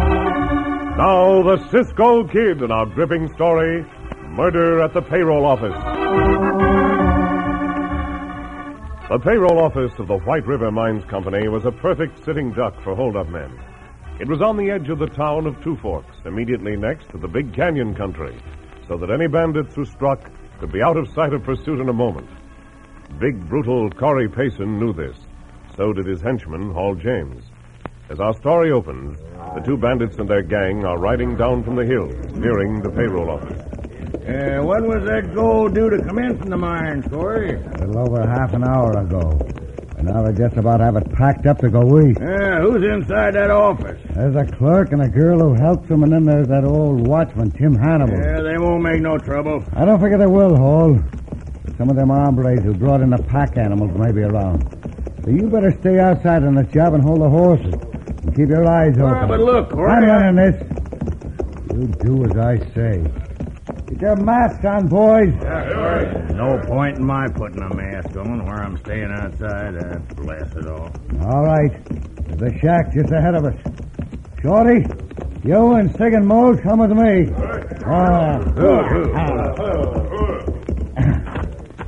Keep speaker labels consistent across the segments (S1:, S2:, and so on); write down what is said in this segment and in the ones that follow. S1: Now, the Cisco Kid in our gripping story Murder at the Payroll Office. The payroll office of the White River Mines Company was a perfect sitting duck for holdup men. It was on the edge of the town of Two Forks, immediately next to the Big Canyon country, so that any bandits who struck could be out of sight of pursuit in a moment. Big, brutal Corey Payson knew this. So did his henchman, Hall James. As our story opens, the two bandits and their gang are riding down from the hill, nearing the payroll office.
S2: Uh, when was that gold due to come in from the mines, Corey?
S3: A little over half an hour ago. And now they just about have it packed up to go east.
S2: Yeah, Uh, who's inside that office?
S3: There's a clerk and a girl who helps them, and then there's that old watchman, Tim Hannibal.
S2: Yeah, Uh, they won't make no trouble.
S3: I don't figure they will, Hall. Some of them hombres who brought in the pack animals may be around. So you better stay outside on this job and hold the horses. And keep your eyes open.
S2: Ah, but look, Corey,
S3: I'm
S2: I-
S3: running this. You do as I say. Get your masks on, boys.
S2: Uh, No point in my putting a mask on where I'm staying outside. Uh, blast it all.
S3: All right. The shack just ahead of us. Shorty, you and Sig and Mose come with me. Uh, Ah.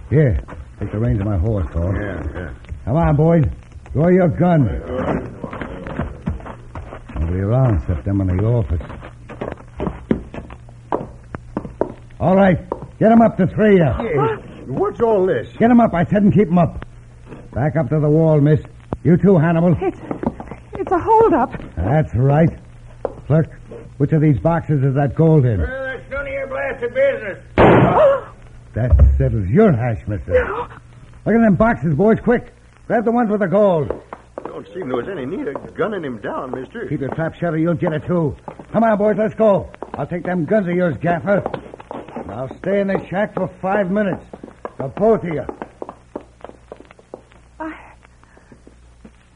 S3: Here, take the reins of my horse, Paul.
S2: Yeah, yeah.
S3: Come on, boys. Draw your gun. Nobody around except them in the office. All right. Get 'em up to three. Yeah.
S2: What's all this?
S3: Get 'em up, I said, and keep 'em up. Back up to the wall, miss. You too, Hannibal.
S4: It's it's a holdup.
S3: That's right. Clerk, which of these boxes is that gold in?
S2: that's none of your blasted business.
S3: That settles your hash, mister. Look at them boxes, boys, quick. Grab the ones with the gold.
S5: Don't seem there was any need of gunning him down, mister.
S3: Keep your trap shut or you'll get it too. Come on, boys, let's go. I'll take them guns of yours, Gaffer. Now stay in the shack for five minutes. The both of you.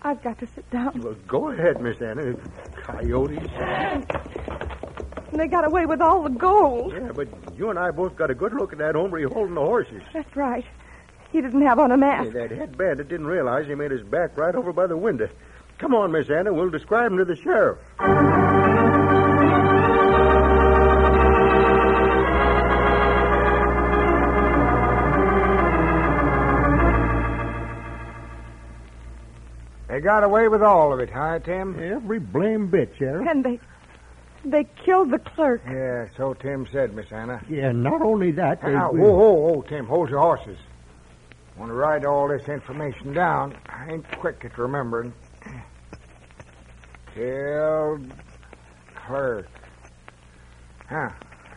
S4: I've got to sit down.
S5: Well, go ahead, Miss Anna. Coyotes.
S4: And they got away with all the gold.
S5: Yeah, but you and I both got a good look at that hombre holding the horses.
S4: That's right. He didn't have on a
S5: Hey,
S4: mask.
S5: that head bandit didn't realize he made his back right over by the window. Come on, Miss Anna. We'll describe him to the sheriff.
S2: They got away with all of it, huh, Tim?
S5: Every blame bit, Sheriff.
S4: And they they killed the clerk.
S2: Yeah, so Tim said, Miss Anna.
S5: Yeah, not only that. uh,
S2: Now, whoa, whoa, whoa, Tim, hold your horses. Want to write all this information down? I ain't quick at remembering. Killed clerk. Huh.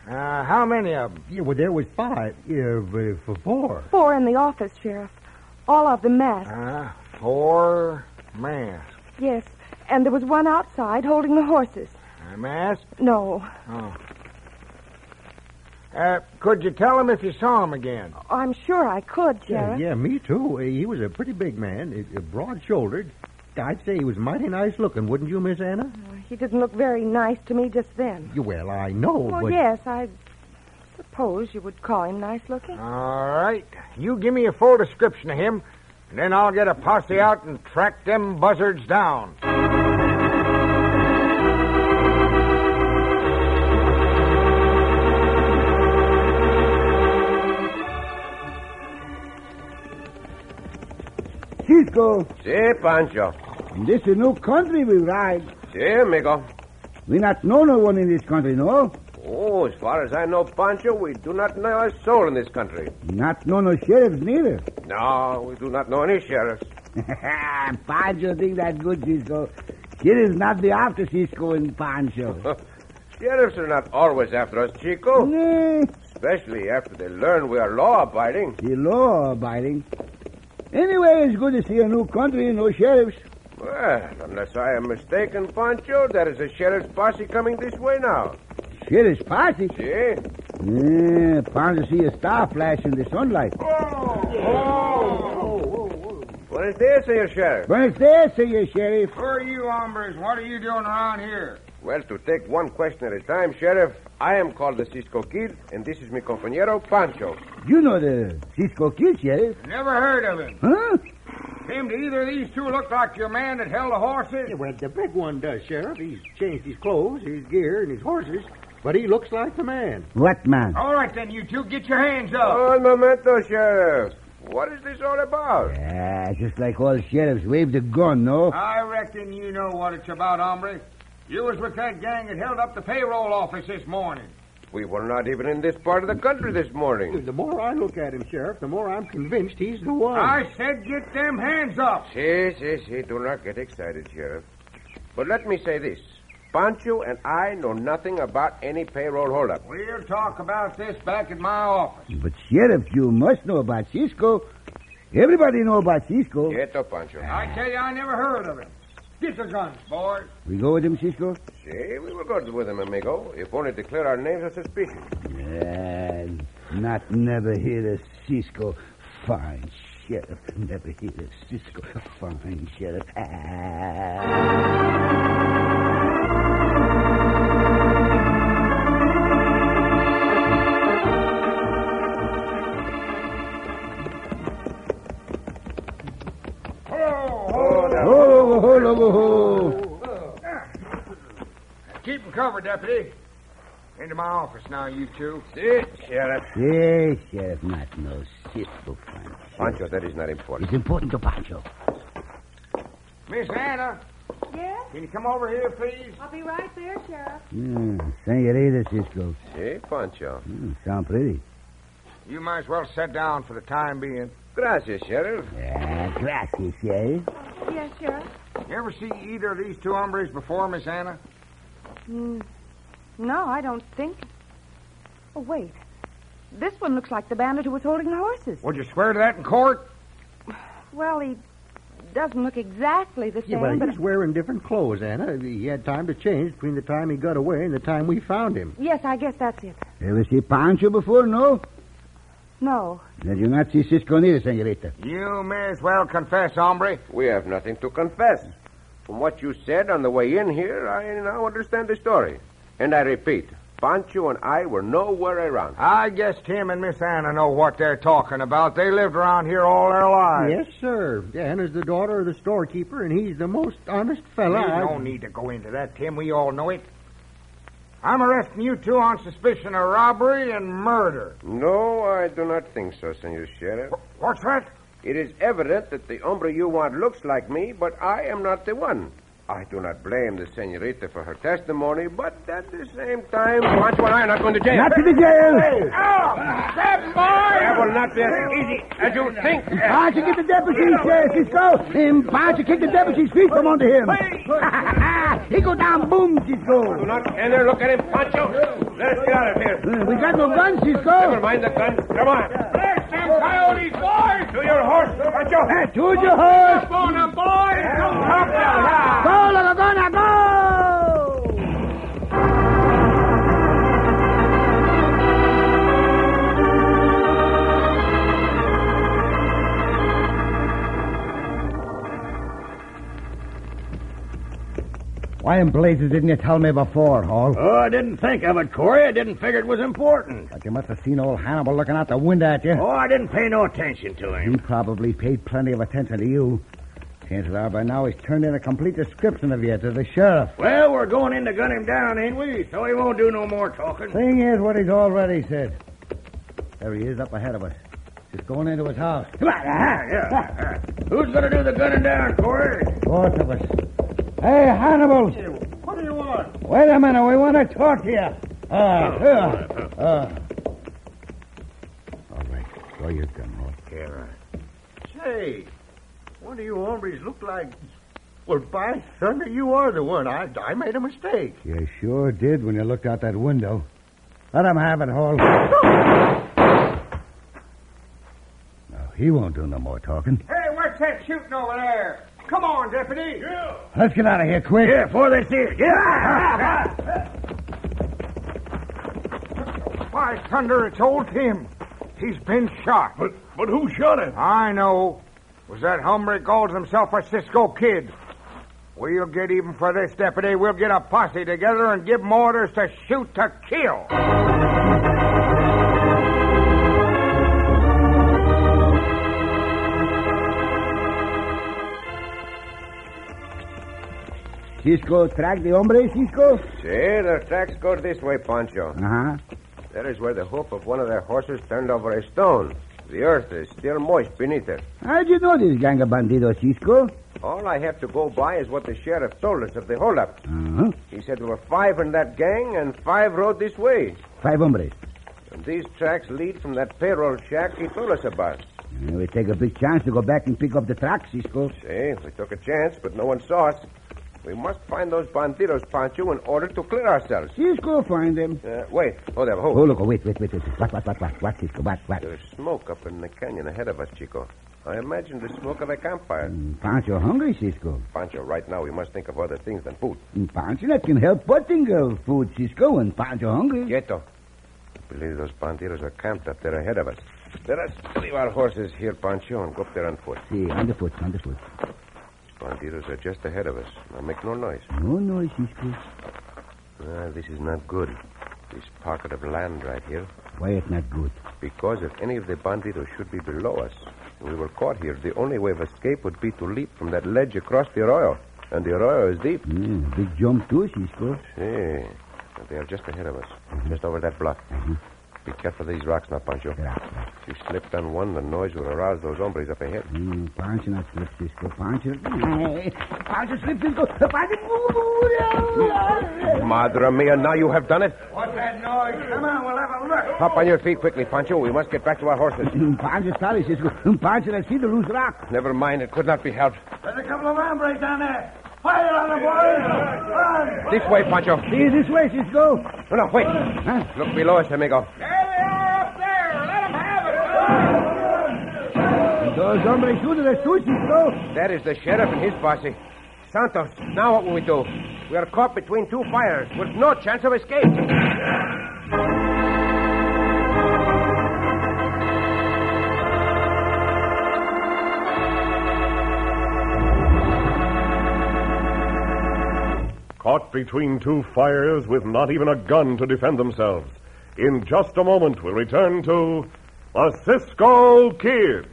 S2: Uh, how many of them?
S5: Yeah, well, there was five. Yeah, for four.
S4: Four in the office, Sheriff. All of them masked.
S2: Uh, four masks.
S4: Yes. And there was one outside holding the horses.
S2: A mask?
S4: No.
S2: Oh. Uh, could you tell him if you saw him again?
S4: I'm sure I could, Sheriff.
S5: yeah, me too. Uh, He was a pretty big man, broad shouldered. I'd say he was mighty nice looking, wouldn't you, Miss Anna?
S4: He didn't look very nice to me just then.
S5: Well, I know,
S4: Well, yes, I suppose you would call him nice looking.
S2: All right. You give me a full description of him, and then I'll get a posse out and track them buzzards down.
S3: Cisco,
S5: Si, Pancho.
S3: This is new country we ride.
S6: See, amigo.
S3: We not know no one in this country, no?
S6: Oh, as far as I know, Pancho, we do not know a soul in this country.
S3: Not know no sheriffs neither.
S6: No, we do not know any sheriffs.
S3: Pancho think that good, Cisco. Sheriffs not be after Cisco and Pancho.
S6: Sheriffs are not always after us, Chico,
S3: Eh,
S6: especially after they learn we are law abiding.
S3: the law abiding. Anyway, it's good to see a new country and no sheriffs.
S6: Well, unless I am mistaken, Pancho, there is a sheriff's posse coming this way now.
S3: Sheriff's party.
S6: See?
S3: Yeah, Pancho see a star flash in the sunlight.
S6: What is this, here, Sheriff?
S3: But it's there, say you, Sheriff.
S2: Who are you, hombres? What are you doing around here?
S6: Well, to take one question at a time, Sheriff, I am called the Cisco Kid, and this is mi compañero, Pancho.
S3: You know the Cisco Kid, Sheriff.
S2: Never heard of him.
S3: Huh?
S2: Him to either of these two look like your man that held the horses?
S5: Yeah, well, the big one does, Sheriff. He's changed his clothes, his gear, and his horses, but he looks like the man. Um,
S3: What man?
S2: All right, then, you two, get your hands up.
S6: Un momento, Sheriff. What is this all about?
S3: Ah, just like all sheriffs wave the gun, no?
S2: I reckon you know what it's about, hombre. You was with that gang that held up the payroll office this morning.
S6: We were not even in this part of the country this morning.
S5: The more I look at him, Sheriff, the more I'm convinced he's the one.
S2: I said get them hands up.
S6: Si, si, si. Do not get excited, Sheriff. But let me say this. Pancho and I know nothing about any payroll holdup.
S2: We'll talk about this back at my office.
S3: But Sheriff, you must know about Cisco. Everybody know about Cisco.
S6: Quieto, Pancho.
S2: I tell you, I never heard of him. Get the guns, boys.
S3: We go with him, Cisco?
S6: Si, we were good with him, amigo, if only to clear our names of suspicion.
S3: Ah, not never hear of Cisco. Fine sheriff. Never hear of Cisco. Fine sheriff. Ah. Ho, ho, ho, ho, ho.
S2: Keep them covered, deputy. Into my office now, you two.
S6: Si, Sheriff.
S3: Yes, sheriff, not no Cisco. Fine sheriff.
S6: Pancho, that is not important.
S3: It's important to Pancho.
S2: Miss Anna,
S4: Yes?
S2: can you come over here, please?
S4: I'll be right there, Sheriff.
S3: Mm, senorita, Cisco.
S6: Si, Pancho.
S3: Mm, sound pretty.
S2: You might as well sit down for the time being.
S6: Gracias, Sheriff.
S3: Ah, gracias, Sheriff.
S4: Yes, Sheriff?
S2: You ever see either of these two hombres before, Miss Anna?
S4: Mm, no, I don't think. Oh, wait. This one looks like the bandit who was holding the horses.
S2: Would you swear to that in court?
S4: Well, he doesn't look exactly the
S5: Yeah, but
S4: same, but...
S5: he's wearing different clothes, Anna. He had time to change between the time he got away and the time we found him.
S4: Yes, I guess that's it.
S3: Ever see Pancho before, no?
S4: No.
S3: Did you not see Cisco neither, senorita?
S2: You may as well confess, hombre.
S6: We have nothing to confess. From what you said on the way in here, I now understand the story. And I repeat, Pancho and I were nowhere around.
S2: I guess Tim and Miss Anna know what they're talking about. They lived around here all their lives.
S5: Yes, sir. Anna's the daughter of the storekeeper, and he's the most honest fella.
S2: You
S5: I-
S2: don't need to go into that, Tim. We all know it. I'm arresting you two on suspicion of robbery and murder.
S6: No, I do not think so, Senor Sheriff.
S2: What's that?
S6: It is evident that the hombre you want looks like me, but I am not the one. I do not blame the senorita for her testimony, but at the same time, Pancho and I are not going to jail.
S3: Not to the jail!
S6: That will not be as easy as you think.
S3: Pancho, get the deputy, Sheriff Cisco! And Pancho, kick the deputy's feet from under him! he go down, boom, Cisco!
S6: Do not enter. Look at him, Pancho. Let us get out of here.
S3: Uh, We got no guns,
S6: Never
S3: Cisco!
S6: mind the gun. Come on. There's some coyotes, boys. To your horse, Pancho.
S3: Uh, Choose your horse!
S6: on, boys. Come down.
S3: Go, little gun, go! Why in blazes didn't you tell me before, Hall?
S7: Oh, I didn't think of it, Corey. I didn't figure it was important.
S3: But you must have seen old Hannibal looking out the window at you.
S7: Oh, I didn't pay no attention to
S3: He
S7: him.
S3: probably paid plenty of attention to you. Chances are by now he's turned in a complete description of you to the sheriff.
S7: Well, we're going in to gun him down, ain't we? So he won't do no more talking.
S3: Thing is what he's already said. There he is up ahead of us. It's going into his house.
S7: Come on. uh-huh, yeah. Who's going to do the gunning down, Corey?
S3: Both of us. Hey, Hannibal!
S7: What do you want?
S3: Wait a minute. We want to talk to you. Uh, uh, uh. All right. Throw your gun, Roy.
S5: Say, one of you hombres look like. Well, by thunder, you are the one. I, I made a mistake.
S3: You sure did when you looked out that window. Let him have it, Hall. No, he won't do no more talking.
S2: Hey, what's that shooting over there? Come on, deputy.
S3: Let's get out of here quick.
S7: Yeah, before they see us. Yeah.
S2: By thunder, it's old Tim. He's been shot.
S7: But, but who shot him?
S2: I know. Was that hombre calls himself a Cisco kid. We'll get even for this, deputy. We'll get a posse together and give 'em orders to shoot to kill.
S3: Cisco, track the hombre, Cisco?
S6: See, their tracks go this way, Pancho.
S3: Uh-huh.
S6: That is where the hoof of one of their horses turned over a stone. The earth is still moist beneath it.
S3: How'd you know this gang of bandidos, Cisco?
S6: All I have to go by is what the sheriff told us of the holdup.
S3: Uh-huh.
S6: He said there were five in that gang, and five rode this way.
S3: Five hombres.
S6: And these tracks lead from that payroll shack he told us about.
S3: Uh, we take a big chance to go back and pick up the tracks, Cisco.
S6: See, we took a chance, but no one saw us. We must find those bandidos, Pancho, in order to clear ourselves.
S3: Cisco, find them.
S6: Uh, wait, hold up, hold.
S3: Oh, look, oh, wait, wait, wait, wait. What, what, what, what, what, Cisco, what, what?
S6: There's smoke up in the canyon ahead of us, Chico. I imagine the smoke of a campfire.
S3: Mm, Pancho hungry, Cisco.
S6: Pancho, right now we must think of other things than food.
S3: Mm, Pancho that can help putting uh, food, Cisco, and Pancho hungry.
S6: Quieto. I believe those bandidos are camped up there ahead of us. Let us leave our horses here, Pancho, and go up there on foot.
S3: See, on the foot, on the foot.
S6: Bandidos are just ahead of us. Now make no noise.
S3: No noise, Cisco.
S6: Ah, this is not good. This pocket of land right here.
S3: Why it's not good?
S6: Because if any of the bandidos should be below us, we were caught here. The only way of escape would be to leap from that ledge across the arroyo. And the arroyo is deep.
S3: Mm, big jump too, Cisco.
S6: See. They are just ahead of us.
S3: Mm-hmm.
S6: Just over that block. Be careful of these rocks now, Pancho.
S3: Yeah.
S6: If you slipped on one, the noise will arouse those hombres up ahead.
S3: Mm, Pancho not slip, Cisco. Pancho. Hey, Pancho slip, Cisco. Pancho.
S6: Madre mia, now you have done it.
S2: What's that noise? Come on, we'll have a look.
S6: Hop on your feet quickly, Pancho. We must get back to our horses.
S3: Pancho, Mm, sorry, Cisco. Pancho, I see the loose rock.
S6: Never mind, it could not be helped.
S2: There's a couple of hombres down there. Fire on them, boys. Run.
S6: This way, Pancho.
S3: See, this way, Cisco.
S6: No, no, wait.
S3: Huh?
S6: Look below us, amigo.
S2: There they are up there. Let 'em have it.
S3: Those hombres shoot at us too, Cisco.
S6: That is the sheriff and his posse. Santos, now what will we do? We are caught between two fires with no chance of escape.
S1: Caught between two fires with not even a gun to defend themselves. In just a moment, we'll return to the Cisco Kid.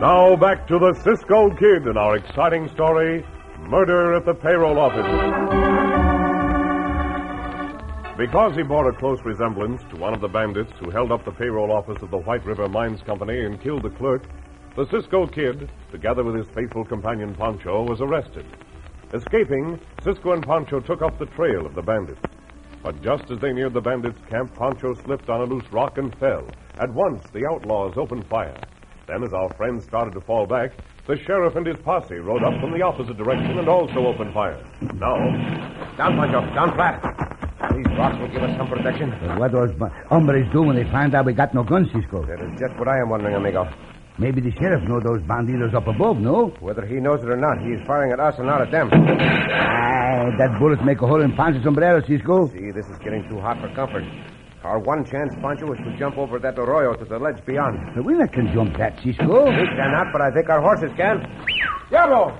S1: Now back to the Cisco Kid and our exciting story Murder at the Payroll Office. Because he bore a close resemblance to one of the bandits who held up the payroll office of the White River Mines Company and killed the clerk, the Cisco Kid, together with his faithful companion Pancho, was arrested. Escaping, Cisco and Pancho took up the trail of the bandits. But just as they neared the bandits' camp, Pancho slipped on a loose rock and fell. At once, the outlaws opened fire. Then, as our friends started to fall back, the sheriff and his posse rode up from the opposite direction and also opened fire. Now,
S6: Down, Pancho, down flat. These rocks will give us some protection.
S3: But what those bu- hombres do when they find out we got no guns, Cisco?
S6: That is just what I am wondering, amigo.
S3: Maybe the sheriff know those bandidos up above, no?
S6: Whether he knows it or not, he is firing at us and not at them.
S3: Ah, that bullet make a hole in Pancho's sombrero, Cisco.
S6: See, this is getting too hot for comfort. Our one chance, Pancho, is to jump over that arroyo to the ledge beyond.
S3: But we not can jump that, Cisco.
S6: We cannot, but I think our horses can. Diablo!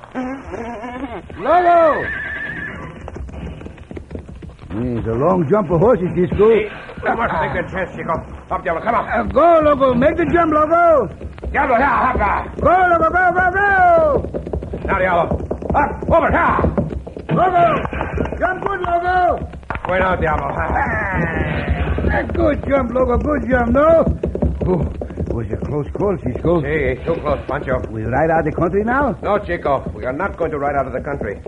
S5: Logo!
S3: Mm, It's a long jump for horses, Cisco. Uh,
S2: We must take a chance, Chico. Up, Diablo, come on.
S5: go, Logo. Make the jump, Logo.
S2: Diablo, here, hop, now.
S5: Go, Logo. Go, go, go.
S2: Now, Diablo. Up,
S6: Ah,
S2: over, here.
S5: Logo. Jump good, Logo.
S2: Wait out, Diablo.
S6: Ah.
S3: Eh,
S5: That's good jump, Logo. Good jump, no?
S3: Oh, it was a close call, Cisco.
S6: Gee, too close, Pancho.
S3: We ride out the country now?
S6: No, Chico, we are not going to ride out of the country.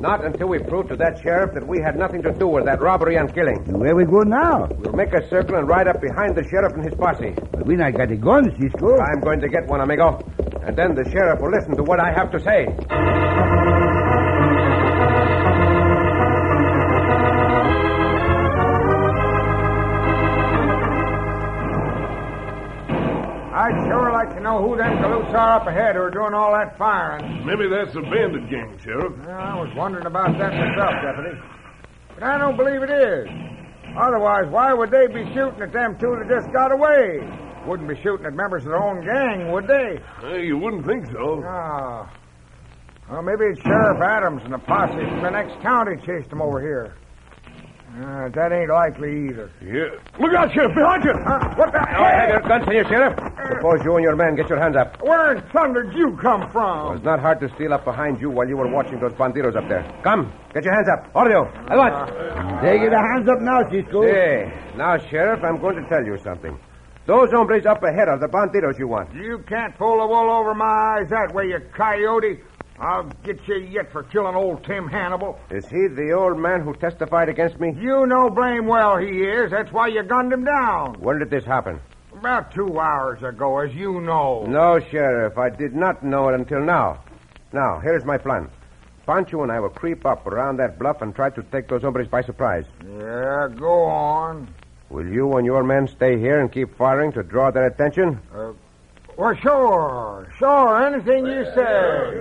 S6: Not until we prove to that sheriff that we had nothing to do with that robbery and killing.
S3: And Where we go now?
S6: We'll make a circle and ride up behind the sheriff and his posse.
S3: But we not got the guns, Cisco.
S6: I'm going to get one, amigo. And then the sheriff will listen to what I have to say.
S2: I'd sure like to know who them galoots are up ahead who are doing all that firing.
S1: Maybe that's a bandit gang, Sheriff.
S2: Well, I was wondering about that myself, Deputy. But I don't believe it is. Otherwise, why would they be shooting at them two that just got away? Wouldn't be shooting at members of their own gang, would they?
S1: Uh, you wouldn't think so.
S2: Ah. Well, maybe it's Sheriff Adams and the posse from the next county chased them over here. Uh, that ain't likely either.
S1: Yeah. Look out, Sheriff, behind you!
S2: Huh? What the
S6: Now, have your
S2: hell?
S6: guns on you, sheriff. Suppose you and your men get your hands up.
S2: Where in thunder did you come
S6: It
S2: from?
S6: was not hard to steal up behind you while you were watching those banditos up there. Come, get your hands up. All of you. At once.
S3: They get their hands up now, Cisco.
S6: Hey, now, Sheriff, I'm going to tell you something. Those hombres up ahead are the banditos you want.
S2: You can't pull the wool over my eyes that way, you coyote. I'll get you yet for killing old Tim Hannibal.
S6: Is he the old man who testified against me?
S2: You know blame well he is. That's why you gunned him down.
S6: When did this happen?
S2: About two hours ago, as you know.
S6: No, Sheriff, I did not know it until now. Now, here's my plan. Pancho and I will creep up around that bluff and try to take those hombres by surprise.
S2: Yeah, go on.
S6: Will you and your men stay here and keep firing to draw their attention?
S2: Well, sure, sure, anything you say.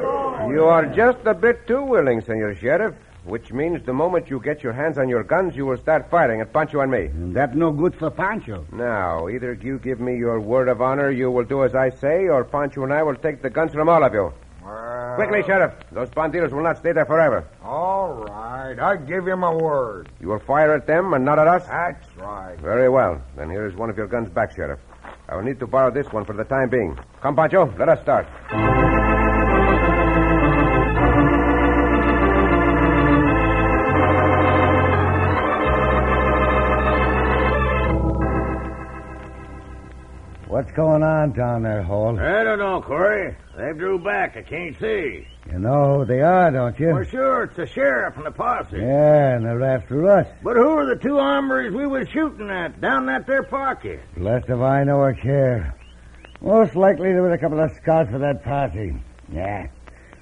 S6: You are just a bit too willing, Senor Sheriff, which means the moment you get your hands on your guns, you will start firing at Pancho and me.
S3: And that no good for Pancho.
S6: Now, either you give me your word of honor you will do as I say, or Pancho and I will take the guns from all of you.
S2: Well,
S6: Quickly, Sheriff. Those banditos will not stay there forever.
S2: All right, I give you my word.
S6: You will fire at them and not at us?
S2: That's right.
S6: Very well. Then here is one of your guns back, Sheriff. I will need to borrow this one for the time being. Come, Pancho, let us start.
S3: What's going on down there, Hall?
S7: I don't know, Corey. They drew back. I can't see.
S3: You know who Oh, they are, don't you?
S7: Well, sure, it's the sheriff and the posse.
S3: Yeah, and they're after us.
S7: But who are the two hombres we was shooting at down that there pocket?
S3: Blessed if I know or care. Most likely there was a couple of scouts for that party. Yeah.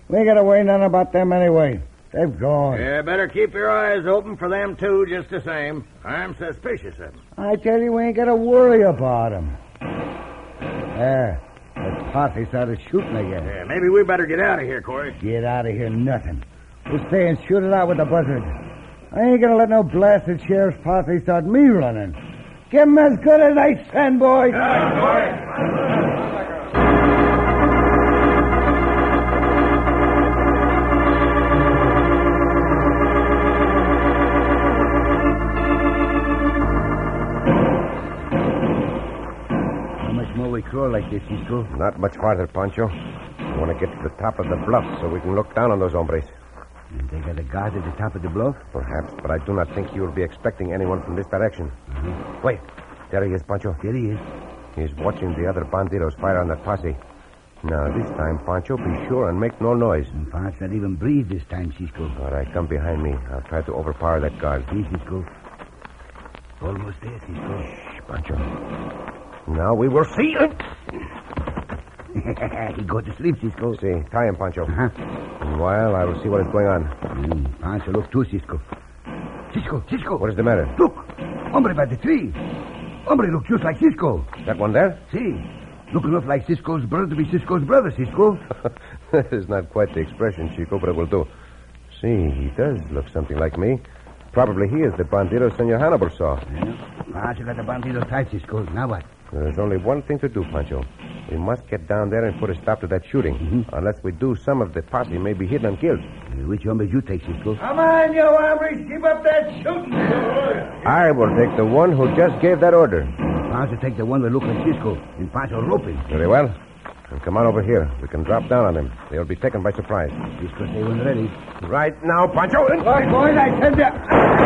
S3: We got away none about them anyway. They've gone.
S7: Yeah, better keep your eyes open for them too, just the same. I'm suspicious of them.
S3: I tell you, we ain't got to worry about them. There. That posse started shooting again.
S7: Yeah, maybe we better get out of here, Corey.
S3: Get out of here, nothing. We'll stay and shoot it out with the buzzards. I ain't gonna let no blasted sheriff's posse start me running. Give 'em as good as they send, boys. How much more we crawl like this, Cisco?
S6: Not much farther, Pancho. I want to get to the top of the bluff so we can look down on those hombres.
S3: And they got a guard at the top of the bluff?
S6: Perhaps, but I do not think you will be expecting anyone from this direction. Wait. There he is, Pancho.
S3: There he is.
S6: He's watching the other banditos fire on that posse. Now, this time, Pancho, be sure and make no noise.
S3: And perhaps not even breathe this time, Cisco.
S6: All right, come behind me. I'll try to overpower that guard.
S3: Here, Cisco. Almost there, Cisco.
S6: Shh, Pancho. Now we will see.
S3: he go to sleep, Cisco. Uh-huh.
S6: See, tie him, Pancho.
S3: Huh?
S6: Meanwhile, I will see what is going on.
S3: Mm, Pancho, look too, Cisco. Cisco, Cisco.
S6: What is the matter?
S3: Look. Hombre by the tree. Hombre look just like Cisco.
S6: That one there?
S3: See? Look enough like Cisco's brother to be Cisco's brother, Cisco.
S6: that is not quite the expression, Chico, but it will do. See, he does look something like me. Probably he is the bandito Senor Hannibal saw.
S3: Pancho got the bandito tight, Cisco. Now what?
S6: There's only one thing to do, Pancho. We must get down there and put a stop to that shooting.
S7: Mm-hmm.
S6: Unless we do, some of the posse may be hidden and killed.
S3: Eh, Which hombres you take, Cisco?
S5: Come on, you hombres. Keep up that shooting.
S6: I will take the one who just gave that order.
S3: Paso take the one that look like Cisco, and Paso rope him.
S6: Very well. And come on over here. We can drop down on them. They'll be taken by surprise.
S3: Cisco say when ready.
S6: Right now, Pancho.
S5: Boy, boy, I tell you.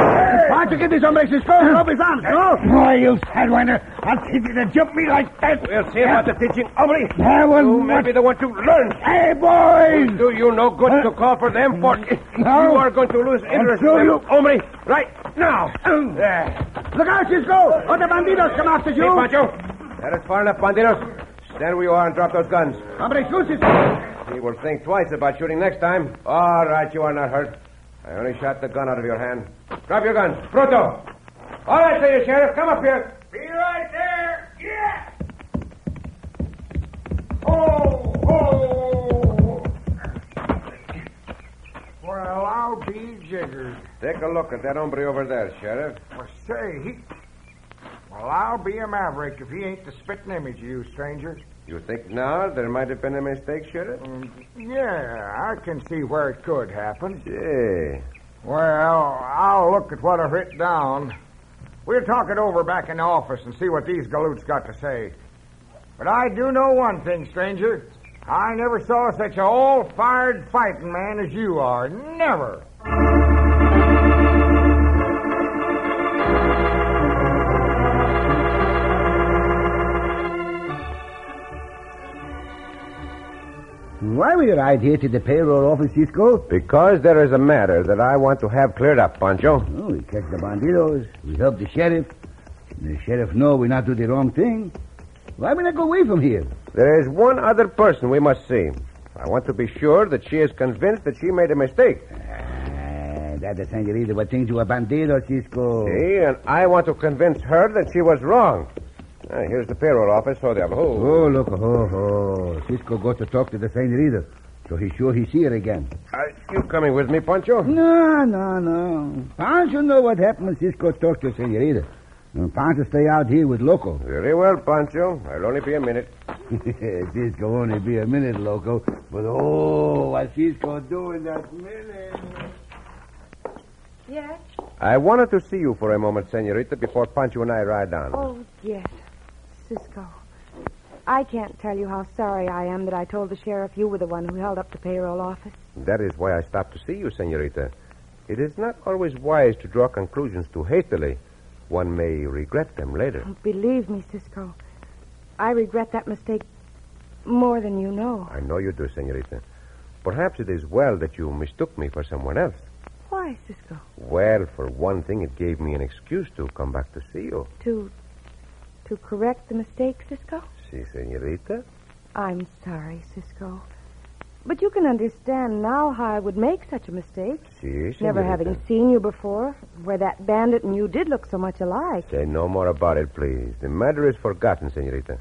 S3: Paso, get this hombre, Cisco, and rope his arms. Go! Boy, you sidewinder. I'll teach you to jump me like that.
S6: We'll see about the teaching, hombre.
S3: That was
S6: You may be the one to learn.
S3: Hey, boys!
S6: Do you no good to call for them, for you are going to lose interest
S3: sure
S6: in them,
S3: you-
S6: hombre, right now. There.
S3: Look out, Cisco! Or the bandidos come after
S6: See, Pancho, that is far enough, bandidos. Stand where you are and drop those guns.
S3: Hombre, shoot, Cisco.
S6: He will think twice about shooting next time. All right, you are not hurt. I only shot the gun out of your hand. Drop your guns. Pronto. All right, say you, Sheriff. Come up here.
S5: Be right there. Yeah. Oh, oh.
S2: Well, I'll be jiggered.
S6: Take a look at that hombre over there, Sheriff.
S2: Well, say, he. Well, I'll be a maverick if he ain't the spitting image of you, stranger.
S6: You think now there might have been a mistake, Sheriff?
S2: Yeah, I can see where it could happen.
S6: Yeah.
S2: Well, I'll look at what I've written down. We'll talk it over back in the office and see what these galoots got to say. But I do know one thing, stranger. I never saw such a all-fired fighting man as you are. Never.
S3: Why were you right here to the payroll office, Cisco?
S6: Because there is a matter that I want to have cleared up, Pancho.
S3: Oh, we catch the bandidos. We help the sheriff. The sheriff know we not do the wrong thing. Why we not go away from here?
S6: There is one other person we must see. I want to be sure that she is convinced that she made a mistake.
S3: Ah, that the senorita what things you a bandido, Cisco.
S6: See, and I want to convince her that she was wrong. Ah, here's the payroll office. Hold up. Oh,
S3: Oh, look, oh, oh. Cisco go to talk to the senorita. So he sure he see her again.
S6: Are you coming with me, Pancho?
S3: No, no, no. Pancho know what happened when Cisco talk to senorita. And Pancho stay out here with Loco.
S6: Very well, Pancho. I'll only be a minute.
S3: Cisco only be a minute, Loco. But oh, what Cisco do in that minute.
S4: Yes?
S6: I wanted to see you for a moment, Senorita, before Pancho and I ride down.
S4: Oh, yes. Cisco. I can't tell you how sorry I am that I told the sheriff you were the one who held up the payroll office.
S6: That is why I stopped to see you, Senorita. It is not always wise to draw conclusions too hastily. One may regret them later.
S4: Oh, believe me, Cisco. I regret that mistake more than you know.
S6: I know you do, Senorita. Perhaps it is well that you mistook me for someone else.
S4: Why, Cisco?
S6: Well, for one thing, it gave me an excuse to come back to see you.
S4: To. to correct the mistake, Cisco?
S6: See, Senorita?
S4: I'm sorry, Cisco. But you can understand now how I would make such a mistake.
S6: See, Senorita.
S4: Never having seen you before, where that bandit and you did look so much alike.
S6: Say no more about it, please. The matter is forgotten, Senorita.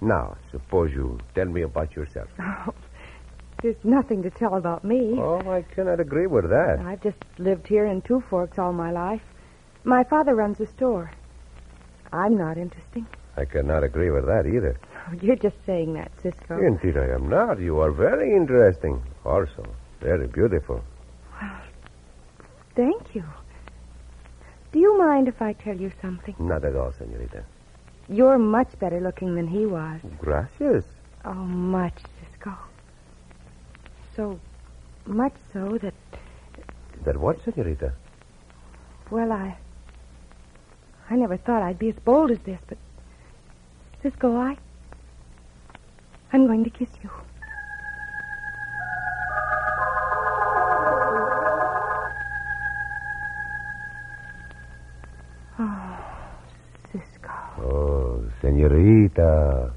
S6: Now, suppose you tell me about yourself.
S4: There's nothing to tell about me.
S6: Oh, I cannot agree with that.
S4: I've just lived here in Two Forks all my life. My father runs a store. I'm not interesting. Oh,
S6: I cannot agree with that either.
S4: You're just saying that, Cisco.
S6: Indeed, I am not. You are very interesting, also. Very beautiful.
S4: Thank you. Do you mind if I tell you something?
S6: Not at all, Senorita.
S4: You're much better looking than he was.
S6: Gracias.
S4: Oh, much, Cisco. So much so that,
S6: That what, Senorita?
S4: well, I. I never thought I'd be as bold as this, but. Cisco, I. I'm going to kiss you. Oh, Cisco.
S6: Oh, Senorita.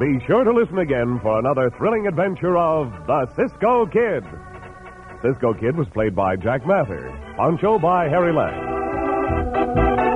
S1: Be sure to listen again for another thrilling adventure of the Cisco Kid. Cisco Kid was played by Jack Mather, Poncho by Harry Lang.